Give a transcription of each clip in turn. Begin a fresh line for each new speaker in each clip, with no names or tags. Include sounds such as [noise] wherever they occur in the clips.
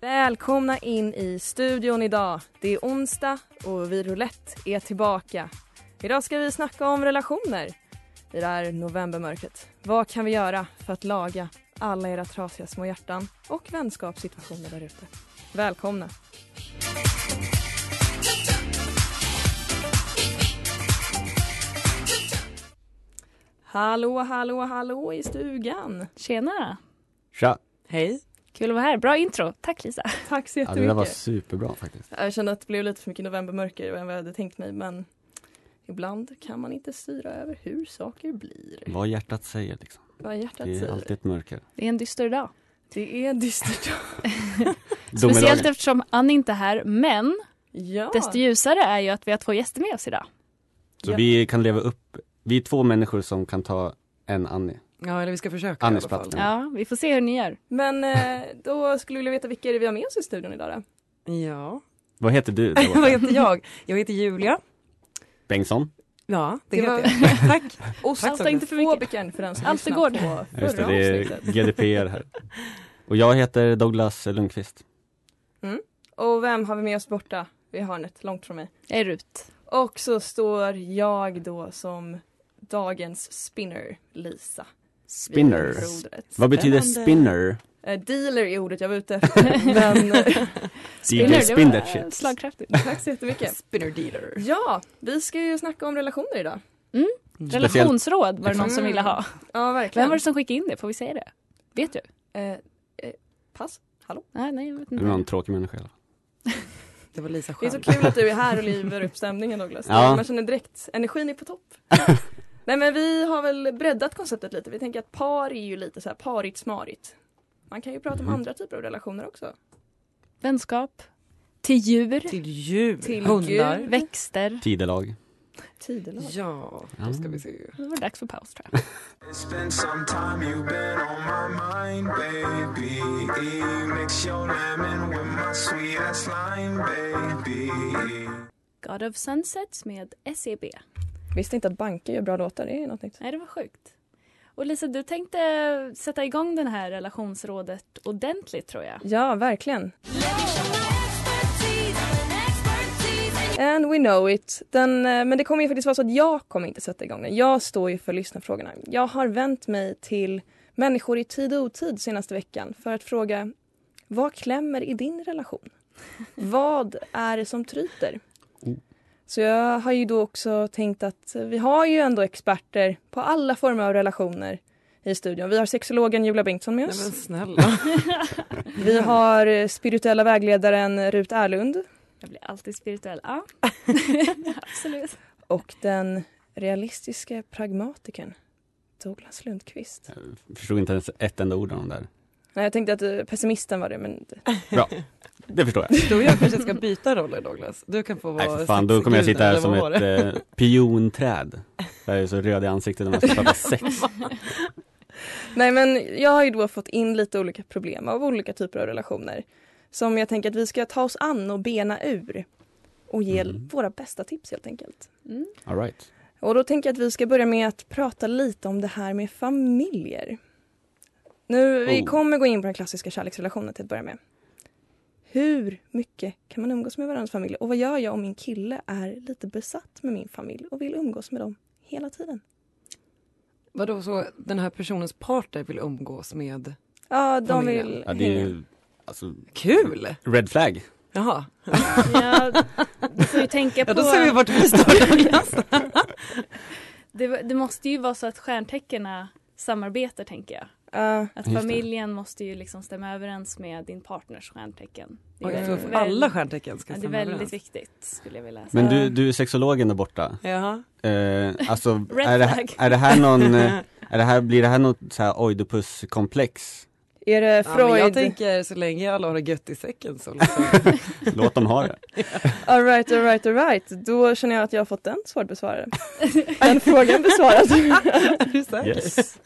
Välkomna in i studion idag. Det är onsdag och vi roulette är tillbaka. Idag ska vi snacka om relationer i det här novembermörkret. Vad kan vi göra för att laga alla era trasiga små hjärtan och vänskapssituationer där ute? Välkomna! Hallå, hallå, hallå i stugan.
Tjena!
Tja!
Hej.
Kul att vara här. Bra intro. Tack Lisa.
Tack så
Ja, det där var
jättemycket.
superbra faktiskt.
Jag kände att det blev lite för mycket novembermörker än vad jag hade tänkt mig men ibland kan man inte styra över hur saker blir.
Vad hjärtat säger liksom.
Vad hjärtat
Det är
säger.
alltid ett mörker.
Det är en dyster dag.
Det är dystert. [laughs]
Speciellt
Domedagen.
eftersom Ann inte är här. Men
ja.
desto ljusare är ju att vi har två gäster med oss idag.
Så vi kan leva upp, vi är två människor som kan ta en Annie.
Ja, eller vi ska försöka
Anders
i alla fall.
Platner.
Ja, vi får se hur ni gör.
Men eh, då skulle vi vilja veta vilka är det vi har med oss i studion idag då?
Ja. [laughs]
Vad heter du där
Vad
borta?
heter jag? Jag heter Julia.
Bengtsson?
Ja, det,
Det
heter [laughs]
var-
jag. Tack.
[laughs]
Tack,
Och
Salta inte för mycket.
Fåbiken för den som
Allt
lyssnat
det
på
Ja, Just det,
förra
det är
avsnittet.
GDPR här. Och jag heter Douglas Lundqvist.
Och vem har vi med oss borta vid hörnet långt från mig?
Jag är Rut.
Och så står jag då som dagens spinner, Lisa. vid
Spinner.
rodret.
Vad betyder
Spännande.
spinner?
Eh, dealer är ordet jag var ute [laughs] efter. men
DJ
Spinner, det
Spinner
var eh,
shit.
slagkraftigt.
Tack så jättemycket.
Spinner dealer.
Ja, vi ska ju snacka om relationer idag.
Relationsråd var det någon som
Mm.
ville ha.
Ja,
Vem
verkligen.
var det som skickade in det? Får vi säga det? Vet du?
Eh, eh, pass.
Nej, nej, jag vet
Mm.
Du är någon
inte.
tråkig människa. eller?
Det var Lisa
Det är
själv.
så kul att du är här och livar upp stämningen Douglas.
Ja.
Man känner direkt, energin är på topp. Nej men vi har väl breddat konceptet lite. Vi tänker att par är ju lite så här parigt smarigt. Man kan ju prata om
Mhm.
andra typer av relationer också.
Vänskap. Till djur.
Till djur.
Till
Hundar.
Gud.
Växter.
[laughs] Tidelag.
Tidelag.
Ja, då ska vi se.
Det var dags för paus tror jag. God of Sunsets med E SEB.
Visste inte att banker gör bra låtar, det är något nytt.
Nej, det var sjukt. Och Lisa, du tänkte sätta igång den här relationsrådet ordentligt tror jag.
Ja, verkligen. And we know it. Den, eh, men det kommer ju faktiskt vara så att jag kommer inte sätta igång den. Jag står ju för lyssnarfrågorna. Jag har vänt mig till människor i tid och otid senaste veckan för att fråga vad klämmer i din relation? vad är det som tryter?
Oh.
Så jag har ju då också tänkt att vi har ju ändå experter på alla former av relationer i studion. Vi har sexologen Julia Bengtsson med
Nej men
oss.
snälla.
[laughs]
Vi har eh, spirituella vägledaren Rut Erlund
Jag blir alltid spirituell. Ja. [laughs] Absolut.
och den realistiska pragmatikern Douglas Lundqvist.
Jag förstod inte ens ett enda ord av dem där.
Nej, jag tänkte att eh, pessimisten var det, men
Det förstår jag.
Då jag kanske ska byta roller Douglas. Du kan få vara
Nej för fan, då kommer jag
sexguden,
sitta här
eller
som
vad var
ett
det?
eh, pionträd. Jag är så röd i ansiktet när man ska
[laughs]
prata sex.
Nej, men jag har ju då fått in lite olika problem av olika typer av relationer som jag tänker att vi ska ta oss an och bena ur och ge
Mm.
våra bästa tips helt enkelt.
Mm.
All right.
Och då tänker jag att vi ska börja med att prata lite om det här med familjer. Nu, vi
Oh.
kommer gå in på den klassiska kärleksrelationen till att börja med. Hur mycket kan man umgås med varandras familj? Och vad gör jag om min kille är lite besatt med min familj och vill umgås med dem hela tiden?
Vadå så den här personens partner vill umgås med?
Ja, de
Familjen.
vill
Ja, det är
Mm. hänga.
ju alltså,
Kul!
red flag.
Jaha.
Ja, du får ju tänka på...
Ja, då ser vi vart vi står Douglas.
det, det måste ju vara så att stjärntecknena samarbetar tänker jag.
Ja,
Att
Just det.
familjen måste ju liksom stämma överens med din partners stjärntecken. Det är
Oj, jag
väl-
tror att
väl-
alla stjärntecken ska
ja, Det är
stämma överens.
väldigt viktigt skulle jag vilja säga.
Men du, du är sexologen där borta.
Jaha.
Eh, alltså,
[laughs]
Red
är det, här-
flag.
är det här någon, eh, är det här, blir det här något så här oidipus-komplex?
är det
Ja, men jag
Freud?
tänker så länge alla har det gött i säcken så liksom.
Låt dem ha det.
all right, all right, all right. Då känner jag att jag har fått den svårt
[laughs]
besvarad. den frågan besvarad.
Är du säker?
Yes.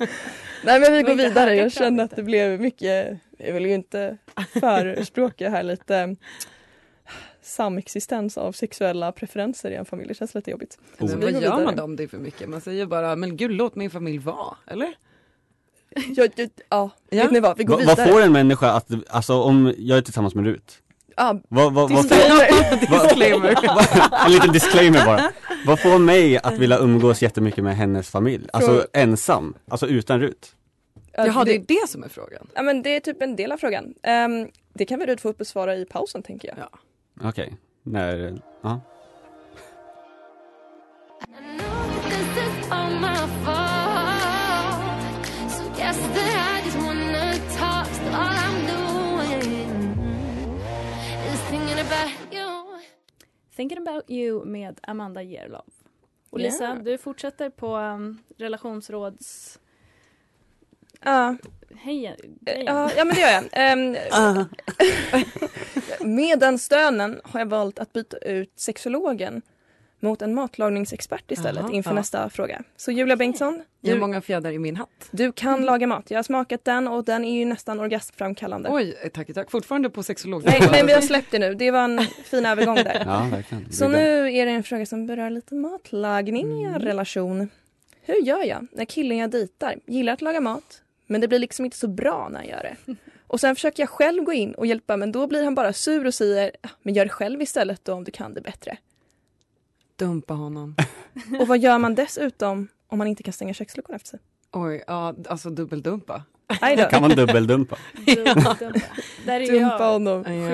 Nej men vi
Det var
går
inte
vidare.
här,
Jag
det kan
känner
vi
att det
inte.
blev mycket, jag vill ju inte förespråka här lite samexistens av sexuella preferenser i en familj. Det känns lite jobbigt.
Oh.
Men
Så Alltså, vi
vad
går
gör
vidare.
man då om det är för mycket? Man säger bara, men gud låt min familj vara, eller?
Ja, ja, ja.
Ja.
vet ni vad? Vi går
Va, vad
vidare.
får en människa att, alltså om jag är tillsammans med Rut,
Ja,
vad, vad, vad, [laughs]
disclaimer.
Disclaimer.
vad, en liten disclaimer bara. Vad får mig att vilja umgås jättemycket med hennes familj? Alltså
Fråga.
ensam, alltså utan Rut.
Jaha,
Ja,
det är
det,
det som är frågan.
ja, men det är typ en del av frågan. Ehm, det kan väl du få besvara i pausen tänker jag.
Ja.
Okej, när, ja.
Thinking about you med Amanda Gerlow. Och
Yeah.
Lisa, du fortsätter på um, relationsråds...
Ja.
Hej,
Eh,
grejen.
Ja, ja men det gör jag. Ehm,
[laughs]
med den stönen har jag valt att byta ut sexologen mot en matlagningsexpert istället
Jaha,
inför
ja.
nästa fråga. Så Julia Bengtsson,
Jag har
du,
många Mm. fjädrar i min hatt.
du kan laga mat. Jag har smakat den och den är ju nästan orgasmframkallande.
Oj, eh, tack, tack. Fortfarande på sexolog.
Nej, men vi har släppt det nu. Det var en fin övergång där.
ja verkligen.
Så nu är det en fråga som berör lite matlagning i
Mm.
en relation. Hur gör jag när killen jag dejtar gillar att laga mat men det blir liksom inte så bra när jag gör
[laughs]
det? Och sen försöker jag själv gå in och hjälpa men då blir han bara sur och säger "Ah, men gör det själv istället då om du kan det bättre.
Dumpa honom.
Och vad gör man dessutom om man inte kan stänga köksluckan efter
[laughs]
sig?
Oj, ja, alltså dubbeldumpa.
Aj då.
Kan man dubbeldumpa?
[laughs]
Dumpa, dumpa. Där är
Dumpa
jag
honom.
skyldig.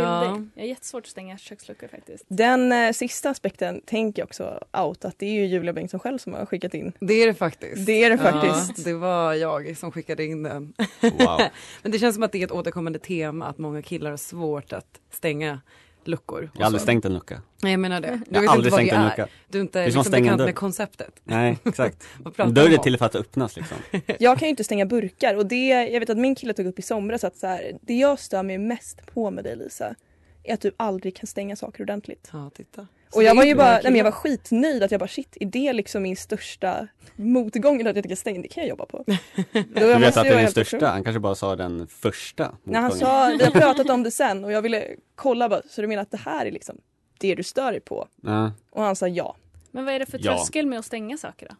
Jag är jättesvårt att stänga köksluckor faktiskt.
Den eh, sista aspekten tänker jag också out att det är ju Julia Bengtsson själv som har skickat in.
Det är det faktiskt.
Det är det faktiskt.
Ja, det var jag som skickade in den.
Wow.
Men det känns som att det är ett återkommande tema att många killar har svårt att stänga luckor. och
Jag har aldrig
så.
stängt en lucka.
Nej, jag menar det. Du
Jag
vet
har aldrig
inte vad
stängt
det
en
är.
lucka.
Du är inte
är som att
liksom
stänga en
bekant
dörr.
med konceptet. [laughs]
Nej, exakt.
Vad pratar
Dörren
man
är
om?
till för att öppnas liksom.
Jag kan ju inte stänga burkar och det, jag vet att min kille tog upp i somras att så här, det jag stör mig mest på med dig Lisa är att du aldrig kan stänga saker ordentligt.
Ja, titta. Så
och jag
det är
var ju
inte
bara,
många
nej, men jag var
killar.
skitnöjd att jag bara shit, är det liksom min största motgång att jag inte kan stänga? Det kan jag jobba på.
Du vet att det är den största, han kanske bara sa den första
När han
motgången.
sa, vi har pratat om det sen och jag ville kolla bara, så du menar att det här är liksom det du stör dig på?
Ja.
Och han sa ja.
Men vad är det för
Ja.
tröskel med att stänga saker då?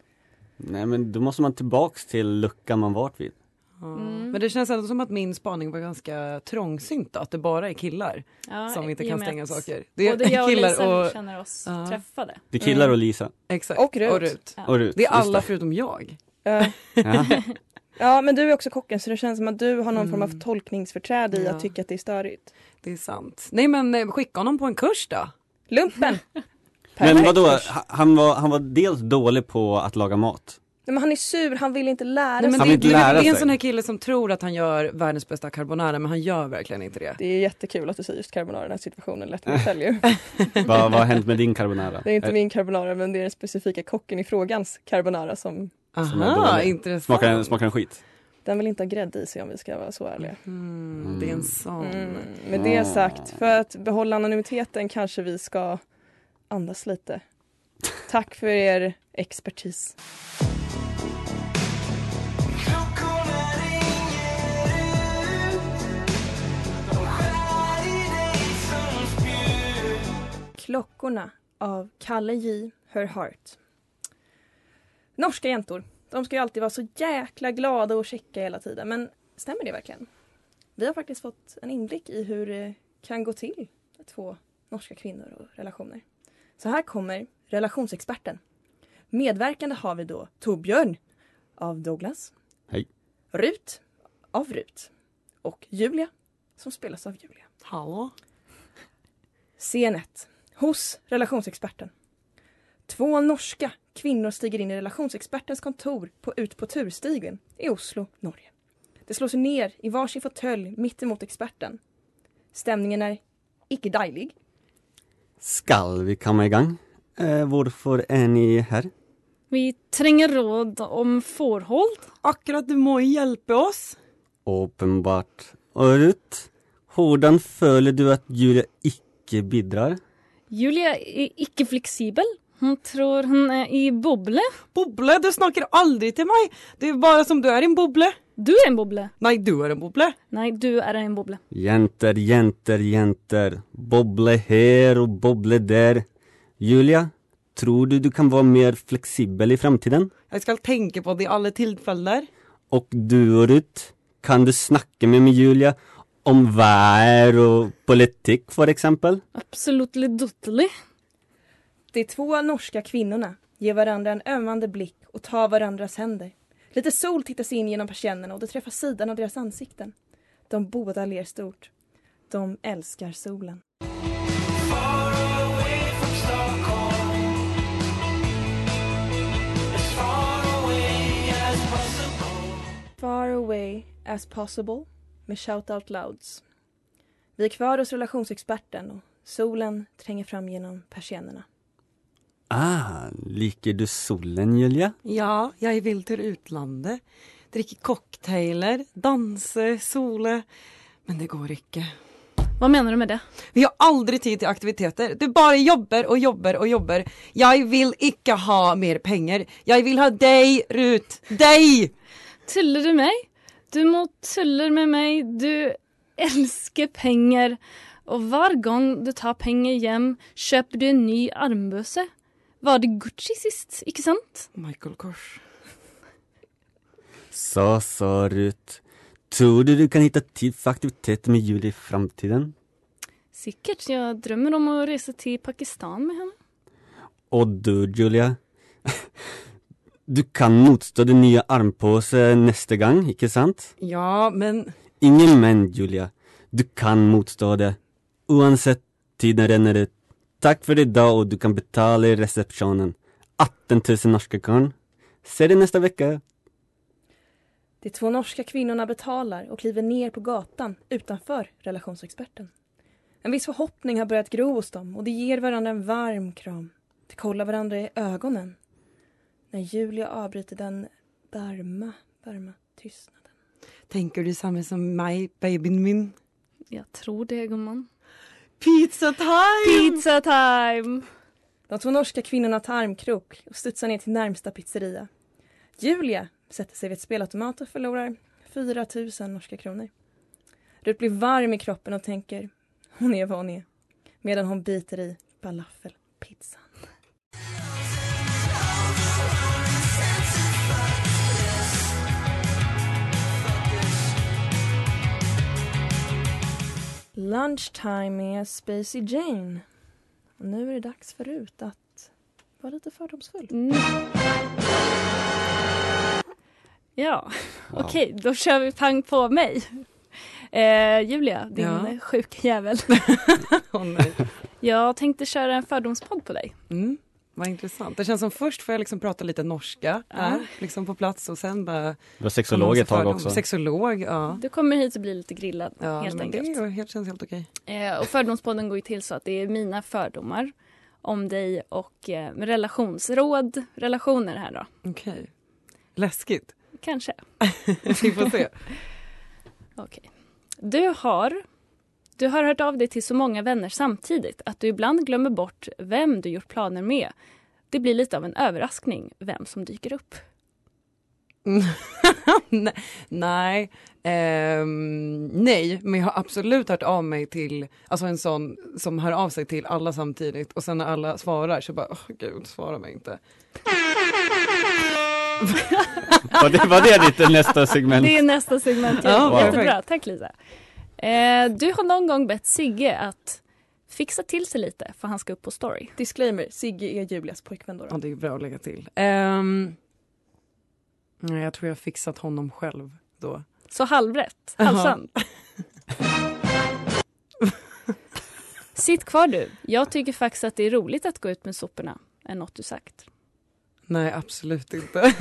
Nej men då måste man tillbaks till luckan man varit vid.
[laughs] Ja.
Mm.
Men det känns ändå som att min spaning var ganska trångsynt då, att det bara är killar
Ja,
som inte
i och
kan
med
stänga
att
saker. Det är
Både jag och
killar
Lisa
och-
känner oss
Ja.
träffade.
Det är killar och Lisa
Exakt.
Och Rut.
Ja.
och Rut.
Det är
just
alla förutom jag.
[laughs]
Eh,
Ja.
ja men du är också kocken så det känns som att du har någon form av
Mm.
tolkningsförträde i
Ja.
att tycka att det är störigt.
Det är sant. Nej men eh, skicka honom på en kurs då.
Lumpen!
[laughs] Men
Perfekt.
vadå, Ha- han var, han var dels dålig på att laga mat.
Nej, men han är sur, han vill inte lära
Nej, men
Han
det,
vill
det,
inte lära
det är en
sig.
sån här kille som tror att han gör världens bästa carbonara men han gör verkligen inte det.
Det är jättekul att du säger just carbonara i den här situationen, lätt mig själv ju.
Vad vad har hänt med din carbonara?
[laughs] Det är inte
Eh,
min carbonara men det är den specifika kocken i frågans carbonara som
Som är
Aha,
dålig.
intressant.
Smakar den, smakar den skit?
den vill inte ha grädde i sig om vi ska vara så ärliga.
Mm, det är en sån.
Mm. Med det sagt, för att behålla anonymiteten kanske vi ska andas lite. Tack för er expertis. Klockorna av Kalle J. Herhart. Norska jäntor, de ska ju alltid vara så jäkla glada och checka hela tiden. Men stämmer det verkligen? Vi har faktiskt fått en inblick i hur det kan gå till för två norska kvinnor och relationer. Så här kommer relationsexperten. Medverkande har vi då Torbjörn av Douglas.
Hej.
Rut av Rut. Och Julia som spelas av Julia.
Hallå?
Scen 1. hos relationsexperten. Två norska kvinnor stiger in i relationsexpertens kontor på Ut på turstigen i Oslo, Norge. De slår sig ner i varsin fåtölj mittemot experten. Stämningen är icke dejlig.
Skall vi komma igång? Eh, varför är ni här?
Vi tränger råd om fårhåll.
Akkurat du må hjälpa oss.
Uppenbart. Och Rut, hurdan följer du att Julia icke bidrar?
Julia är icke flexibel. Hon tror hon är i bobble.
Bobble, du snackar aldrig till mig. Det är bara som du är en bobble.
Du är en bobble.
Nej, du är en bobble.
Nej, du är en bobble.
Jenter, jenter, jenter. Bobble här och bobble där. Julia, tror du du kan vara mer flexibel i framtiden?
Jag ska tänka på det i alla tillfällen.
Och du och Rut, kan du snacka med mig Julia om vär och politik för exempel?
Absolut dottlig.
De två norska kvinnorna ger varandra en ömmande blick och tar varandras händer. Lite sol tittar sig in genom persiennerna och det träffar sidan av deras ansikten. De båda ler stort. De älskar solen. Far away as possible med shout out louds. Vi är kvar hos relationsexperten och solen tränger fram genom persiennerna.
Ah, liker du solen Julia?
Ja, jag vill till utlandet. Dricka cocktailer, dansa, sola. Men det går inte.
Vad menar du med det?
Vi har aldrig tid till aktiviteter. Du bara jobbar och jobbar och jobbar. Jag vill inte ha mer pengar. Jag vill ha dig, Rut. Dig!
Tuller du mig? Du må tuller med mig. Du älskar pengar. Och var gång du tar pengar hem köper du en ny armböse. Var det Gucci sist, icke sant?
Michael Kors.
Så, så Rut. Tror du du kan hitta tid för aktiviteter med Julia i framtiden?
Säkert. Jag drömmer om att resa till Pakistan med henne.
Och du Julia? Du kan motstå den nya armpåsen nästa gång, icke sant?
Ja, men
Ingen men, Julia. Du kan motstå det. Oavsett, tiden ränner ut. Tack för idag och du kan betala i receptionen. 18 000 norska korn. Se dig nästa vecka.
De två norska kvinnorna betalar och kliver ner på gatan utanför relationsexperten. En viss förhoppning har börjat gro hos dem och de ger varandra en varm kram. De kollar varandra i ögonen. När Julia avbryter den varma, varma tystnaden.
tänker du samma som mig, babyn min?
Jag tror det, gumman.
Pizza time!
Pizza time!
De två norska kvinnorna tar armkrok och studsar ner till närmsta pizzeria. Julia sätter sig vid ett spelautomat och förlorar 4 000 norska kronor. Rut blir varm i kroppen och tänker hon är vad hon är. Medan hon biter i falafelpizzan. Lunchtime med Spacey Jane. Och nu är det dags för Rut att vara lite fördomsfull.
Mm. Ja, okej, då kör vi pang på mig. Eh, Julia, din
Ja.
sjuka [laughs] jävel.
Åh, nej.
Jag tänkte köra en fördomspodd på dig.
Mm. Vad intressant. Det känns som först får jag liksom prata lite norska där, liksom på plats och sen bara...
Du var sexolog ett tag också.
Sexolog, ja.
Du kommer hit och blir lite grillad
ja
helt
men det
enkelt.
är ju helt, känns helt okej.
Eh, och Fördomspodden går ju till så att det är mina fördomar om dig och eh, med relationsråd, relationer här då,
Okej. [laughs] Läskigt.
kanske.
Vi får [laughs] se.
Okej. Du har, du har hört av dig till så många vänner samtidigt att du ibland glömmer bort vem du gjort planer med. Det blir lite av en överraskning vem som dyker upp.
Ne- nej. Ehm, nej, men jag har absolut hört av mig till, alltså en sån som hör av sig till alla samtidigt och sen när alla svarar så bara, åh gud, svara mig inte.
Var det, var det ditt nästa
[laughs]
segment?
Det är nästa segment.
Ja,
Ja, Jättebra,
perfekt.
tack Lisa. Eh, du har någon gång bett Sigge att fixa till sig lite för han ska upp på story.
Disclaimer, Sigge är Julias pojkvän då.
Ja, det är bra att lägga till. Ehm, nej, jag tror jag har fixat honom själv då. [laughs]
Så halvrätt,
Jaha.
halvsant. Sitt kvar du. Jag tycker faktiskt att det är roligt att gå ut med soporna, än något du sagt.
Nej, absolut inte.
[laughs]
[laughs]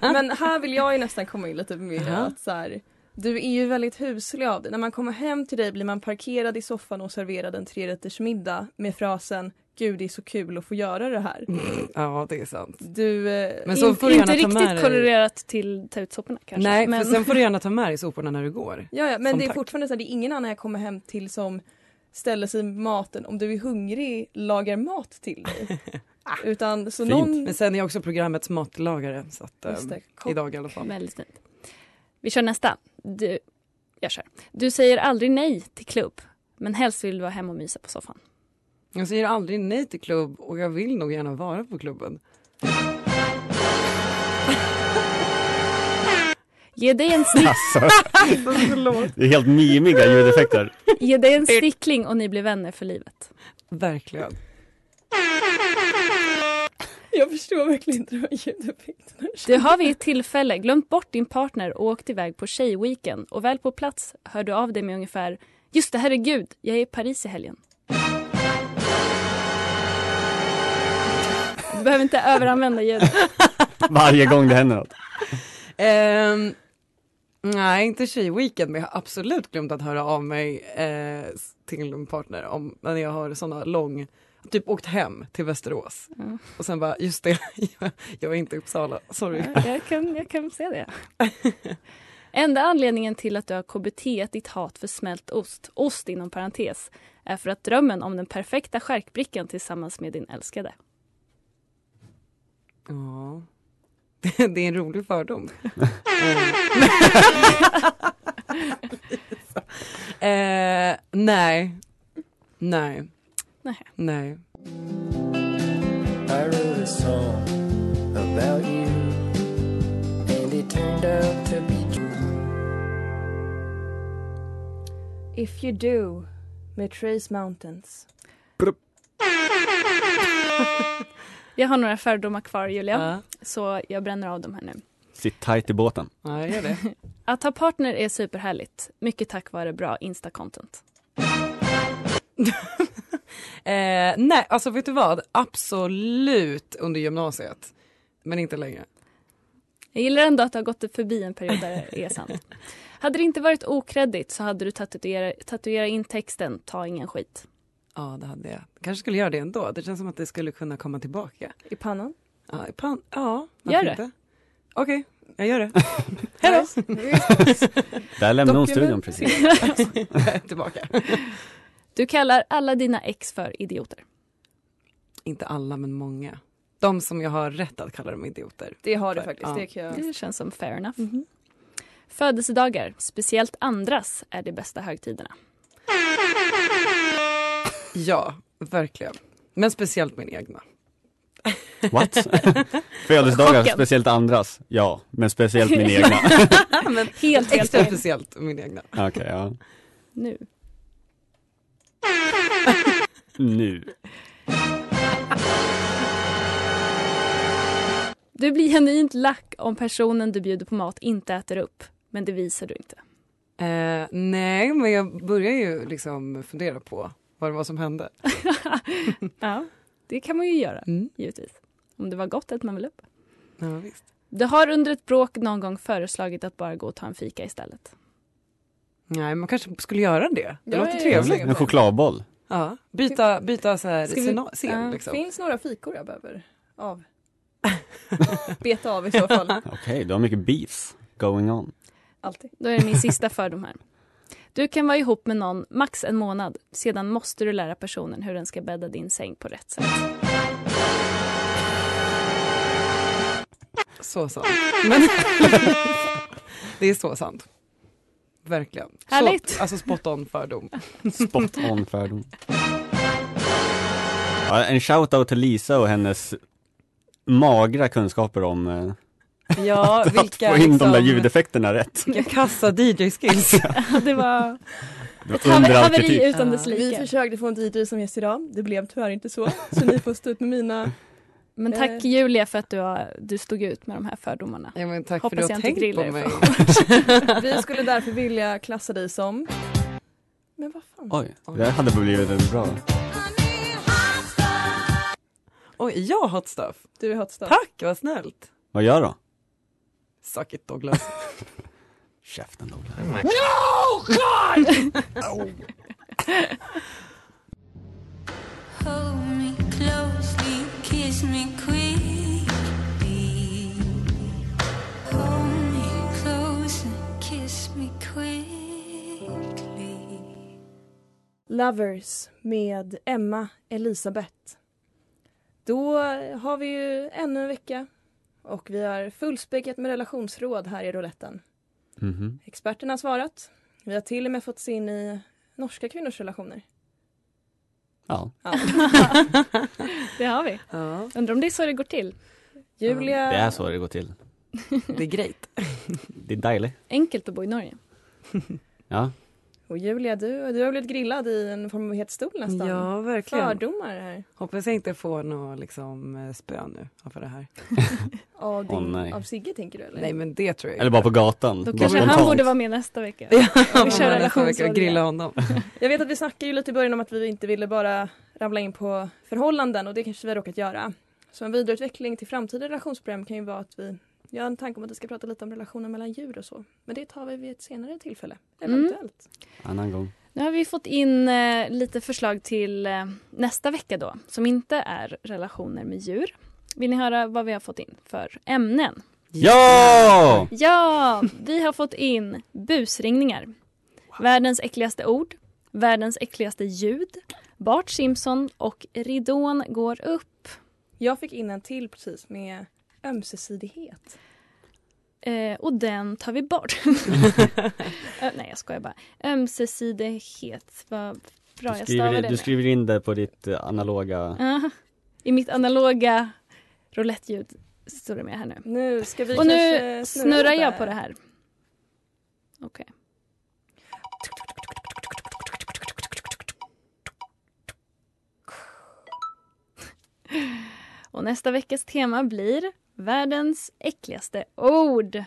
Men här vill jag ju nästan komma in lite mer
Ja.
att så här, du är ju väldigt huslig av dig. När man kommer hem till dig blir man parkerad i soffan och serverad en trerättersmiddag med frasen Gud det är så kul att få göra det här.
ja, det är sant.
Du, eh,
Men så
In-
får du
inte
gärna ta med
riktigt
dig-
korrelerat till ta ut soporna kanske.
Nej,
men...
för sen får du gärna ta med dig soporna när du går.
ja, ja, men
Som
det är
tack.
fortfarande så här, det är ingen annan jag kommer hem till som ställer sig med maten om du är hungrig lagar mat till dig.
[laughs]
Utan så
Fint.
någon...
Ah, Men sen är jag också programmets matlagare, så att, eh,
Just det, kock.
idag i alla fall.
Väldigt fint. Vi kör nästa. Du, jag kör. Du säger aldrig nej till klubb, men helst vill du vara hemma och mysa på soffan.
Jag säger aldrig nej till klubb och jag vill nog gärna vara på klubben.
Ge dig en,
[laughs]
stick,
Det är helt mimiga ljudeffekter.
ge dig en stickling och ni blir vänner för livet.
Verkligen.
Jag förstår verkligen inte vad ljudeffekterna är.
Du har vid ett tillfälle glömt bort din partner och åkt iväg på tjejweekend och väl på plats hör du av dig med ungefär Just det, herregud, jag är i Paris i helgen. Du behöver inte överanvända ljudet.
Varje gång det händer något.
Ehm, nej, inte tjejweekend, men jag har absolut glömt att höra av mig eh, s- till en partner om när jag har såna lång, typ åkt hem till Västerås
Mm.
och sen bara, just det, [laughs] jag- jag är inte i Uppsala, sorry.
Ja, Jag kan, jag kan se det. Enda anledningen till att du har KBT ditt hat för smält ost, ost inom parentes, är för att drömmen om den perfekta charkbrickan tillsammans med din älskade.
Ja. [laughs] Det, det är en rolig fördom. [laughs] eh, eh, nej. Nej.
Nej.
Nej.
I wrote a song about you, and it turned out to be true.
If you do med Trace Mountains.
Jag har några fördomar kvar, Julia,
Ja.
så jag bränner av dem här nu.
Sitt tight i båten.
Ja, jag gör det.
Att ha partner är superhärligt, mycket tack vare bra Insta-content.
[laughs] Eh, nej, alltså vet du vad? Absolut under gymnasiet. Men inte längre.
Jag gillar ändå att du har gått förbi en period där det är sant. Hade det inte varit okreddigt så hade du tatuerat tatuera in texten “Ta ingen skit”.
Ja, det hade jag. Kanske skulle göra det ändå. Det känns som att det skulle kunna komma tillbaka.
I pannan.
Ja, i pan- ja varför
Gör det.
inte? Okej, jag gör det.
Hej
[laughs]
Där lämnade hon studion
Dokument-
precis.
Jag är [laughs] tillbaka.
Du kallar alla dina ex för idioter.
inte alla, men många. De som jag har rätt att kalla dem idioter.
Det har du
För-
faktiskt,
ja. Mm.
det kan jag...
Det känns som fair enough.
Mm-hmm.
Födelsedagar, speciellt andras, är de bästa högtiderna.
Ja, verkligen. Men speciellt min egna.
[laughs] What? Födelsedagar,
Chocken.
speciellt andras. Ja, men speciellt min egna.
Helt,
[laughs]
helt
Extra
fel
speciellt min egna.
Okej, ja.
nu.
Nu.
Du blir genuint lack om personen du bjuder på mat inte äter upp, men det visar du inte. [laughs]
Eh, nej, men jag börjar ju liksom fundera på vad det var som hände.
ja, det kan man ju göra,
Mm.
givetvis. Om det var gott att man vill upp.
Ja, visst.
Du har under ett bråk någon gång föreslagit att bara gå och ta en fika istället.
Nej, man kanske skulle göra det. Det
Ja,
låter
ja, ja.
trevligt.
En chokladboll.
Ja, byta, byta så här
Ska vi-
scena- scen
ja,
liksom.
Finns några fikor jag behöver
[laughs]
av? Beta av i så fall.
Okej, du har mycket beefs going on.
Alltid.
Då är det min sista fördom här. Du kan vara ihop med någon max en månad. Sedan måste du lära personen hur den ska bädda din säng på rätt sätt. [laughs] [laughs]
Så sant. Men, [laughs] det är så sant. Verkligen.
Härligt.
Så, alltså spot on fördom.
[laughs]
Spot on fördom. Ja, en shoutout till Lisa och hennes magra kunskaper om eh,
Ja,
att få in de
liksom-
där ljudeffekterna rätt.
vilka kassa [laughs] DJ-skills.
Det var
Det var
haver-
under all
[laughs]
kritik.
haveri utan dess
Ja.
Vi
like.
försökte få en DJ som gäst idag. Det blev tyvärr inte så. Så ni får stå ut med
[laughs]
mina.
Men tack Julia för att du, har, du stod ut med de här fördomarna.
Ja, men tack
Hoppas
för att du
jag
har
inte
tänkt [laughs]
grillar
på
er för
mig.
Vi skulle därför vilja klassa dig som Men vad fan.
Oj, det här hade blivit en bra.
Oj, jag hot stuff?
Du är hot stuff.
Tack, vad snällt.
Vad gör jag då?
Suck it
[laughs]
Douglas.
Käften då.
no God!
Lovers med Emma Elisabeth. Då har vi ju ännu en vecka och vi har fullspäckat med relationsråd här i rouletten.
Mhm.
Experterna har svarat. Vi har till och med fått se in i norska kvinnors relationer.
Ja.
Ja.
Det har vi.
[laughs] Ja,
Undrar om det är så det går till.
Det
Julia,
är så det går till.
det är grejt.
Det är dejligt.
Enkelt att bo i Norge.
Ja.
och Julia du, du har blivit grillad i en form av het stol nästan.
Ja, verkligen.
Fördomar här.
Hoppas jag inte får något liksom, eh, spö nu för det här.
Av, din,
Åh, nej.
av Sigge tänker du eller?
Nej, men det tror jag
Eller bara på gatan.
Då
bara
kanske han
spontant.
borde vara med nästa vecka.
[laughs] Ja,
Vi kör
nästa vecka
relationsråd
och
[laughs]
grilla honom.
Jag vet att vi snackade ju lite i början om att vi inte ville bara ramla in på förhållanden och det kanske vi har råkat göra. Så en vidareutveckling till framtida relationsprogram kan ju vara att vi jag har en tanke om att vi ska prata lite om relationen mellan djur och så. Men det tar vi vid ett senare tillfälle.
Mm.
Eventuellt.
Annan gång.
Nu har vi fått in eh, lite förslag till eh, nästa vecka då, som inte är relationer med djur. Vill ni höra vad vi har fått in för ämnen?
Ja!
Ja, vi har fått in busringningar, världens äckligaste ord, världens äckligaste ljud, Bart Simpson och ridån går upp.
Jag fick in en till precis med ömsesidighet.
Eh, och den tar vi bort. Ö, nej, jag skojar bara. Ömsesidighet, vad bra
du
jag
skriver,
stavade
du
nu.
skriver in det på ditt eh, analoga...
Ja. I mitt analoga rouletteljud står det med här nu.
Nu ska vi
Och nu
kanske snurra
snurrar
lite.
jag på det här. Okej. [laughs] Och nästa veckas tema blir världens äckligaste ord.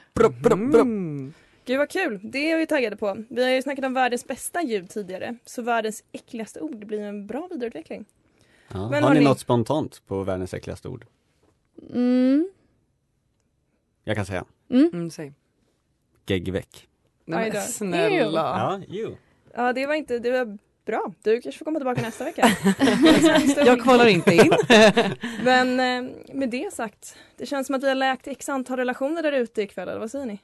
Mm.
Gud vad kul, det är vi taggade på. Vi har ju snackat om världens bästa ljud tidigare. Så världens äckligaste ord blir en bra vidareutveckling.
Ja. Har
Men
ni
hörni-
något spontant på världens äckligaste ord?
Mm.
Jag kan säga.
Mm, säg.
Geggveck.
Nej,
Oj då.
men snälla.
Ja, jo.
Ja det var inte, det var bra. Du kanske får komma tillbaka nästa vecka.
[laughs] Jag kollar inte in.
[laughs]
Men eh, med det sagt, det känns som att vi har läkt x antal relationer där ute ikväll, eller vad säger ni?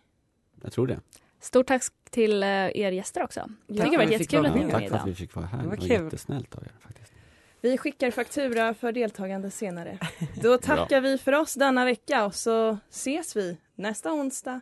Jag tror det.
Stort tack till eh, er gäster också. Jag tycker det har
för
varit
att vi fick
jättekul
vara
att ni
med.
var
tack
med
för att
idag.
vi fick vara här.
Det
Det
var
var,
kul.
jättesnällt av er faktiskt.
Vi skickar faktura för deltagande senare. Då tackar vi för oss denna vecka och så ses vi nästa onsdag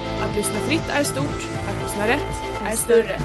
att lyssna fritt är stort, att lyssna rätt är större.